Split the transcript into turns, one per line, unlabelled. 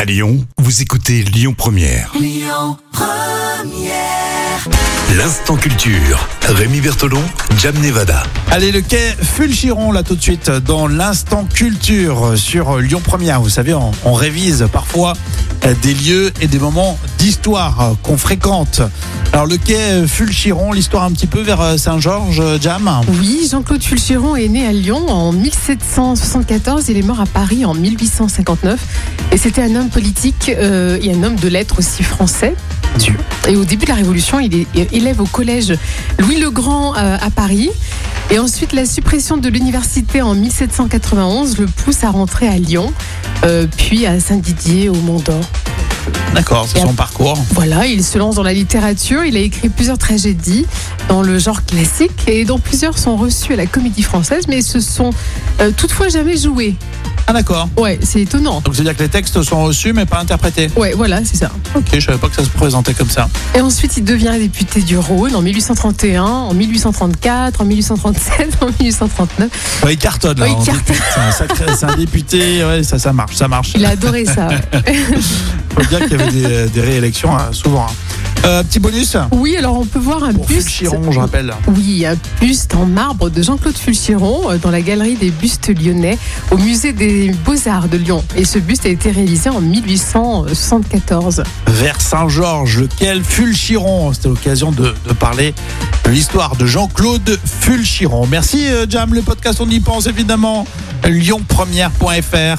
À Lyon, vous écoutez Lyon Première. Lyon Première. L'instant culture. Rémi Bertolon, Jam Nevada.
Allez, le quai Fulgiron, là tout de suite, dans l'instant culture sur Lyon Première. Vous savez, on, on révise parfois euh, des lieux et des moments d'histoire euh, qu'on fréquente. Alors, le quai Fulgiron, l'histoire un petit peu vers euh, Saint-Georges, euh, Jam.
Oui, Jean-Claude Fulcheron est né à Lyon en 1774. Il est mort à Paris en 1859. Et c'était un homme politique euh, et un homme de lettres aussi français. Et au début de la Révolution, il est élève au collège Louis le Grand euh, à Paris. Et ensuite, la suppression de l'université en 1791 le pousse à rentrer à Lyon, euh, puis à Saint-Didier, au Mont d'Or.
D'accord, c'est
Et
son parcours.
Voilà, il se lance dans la littérature, il a écrit plusieurs tragédies dans le genre classique et dont plusieurs sont reçues à la comédie française mais se sont euh, toutefois jamais jouées.
Ah, d'accord.
Ouais, c'est étonnant.
Donc, c'est-à-dire que les textes sont reçus, mais pas interprétés.
Ouais, voilà, c'est ça.
Ok, je savais pas que ça se présentait comme ça.
Et ensuite, il devient député du Rhône en 1831, en 1834, en 1837, en 1839.
Ouais, il cartonne, là.
Ouais, il
en député.
cartonne.
C'est un sacré- C'est un député, ouais, ça, ça marche, ça marche.
Il a adoré ça. ouais.
faut dire qu'il y avait des, des réélections hein, souvent. hein. Euh, petit bonus
Oui, alors on peut voir un
pour
buste.
Fulchiron, je rappelle.
Oui, un buste en marbre de Jean-Claude Fulchiron euh, dans la galerie des bustes lyonnais au musée des Beaux-Arts de Lyon. Et ce buste a été réalisé en 1874.
vers Saint-Georges, lequel Fulchiron. C'était l'occasion de, de parler de l'histoire de Jean-Claude Fulchiron. Merci euh, Jam, le podcast on y pense évidemment. Lyonpremière.fr.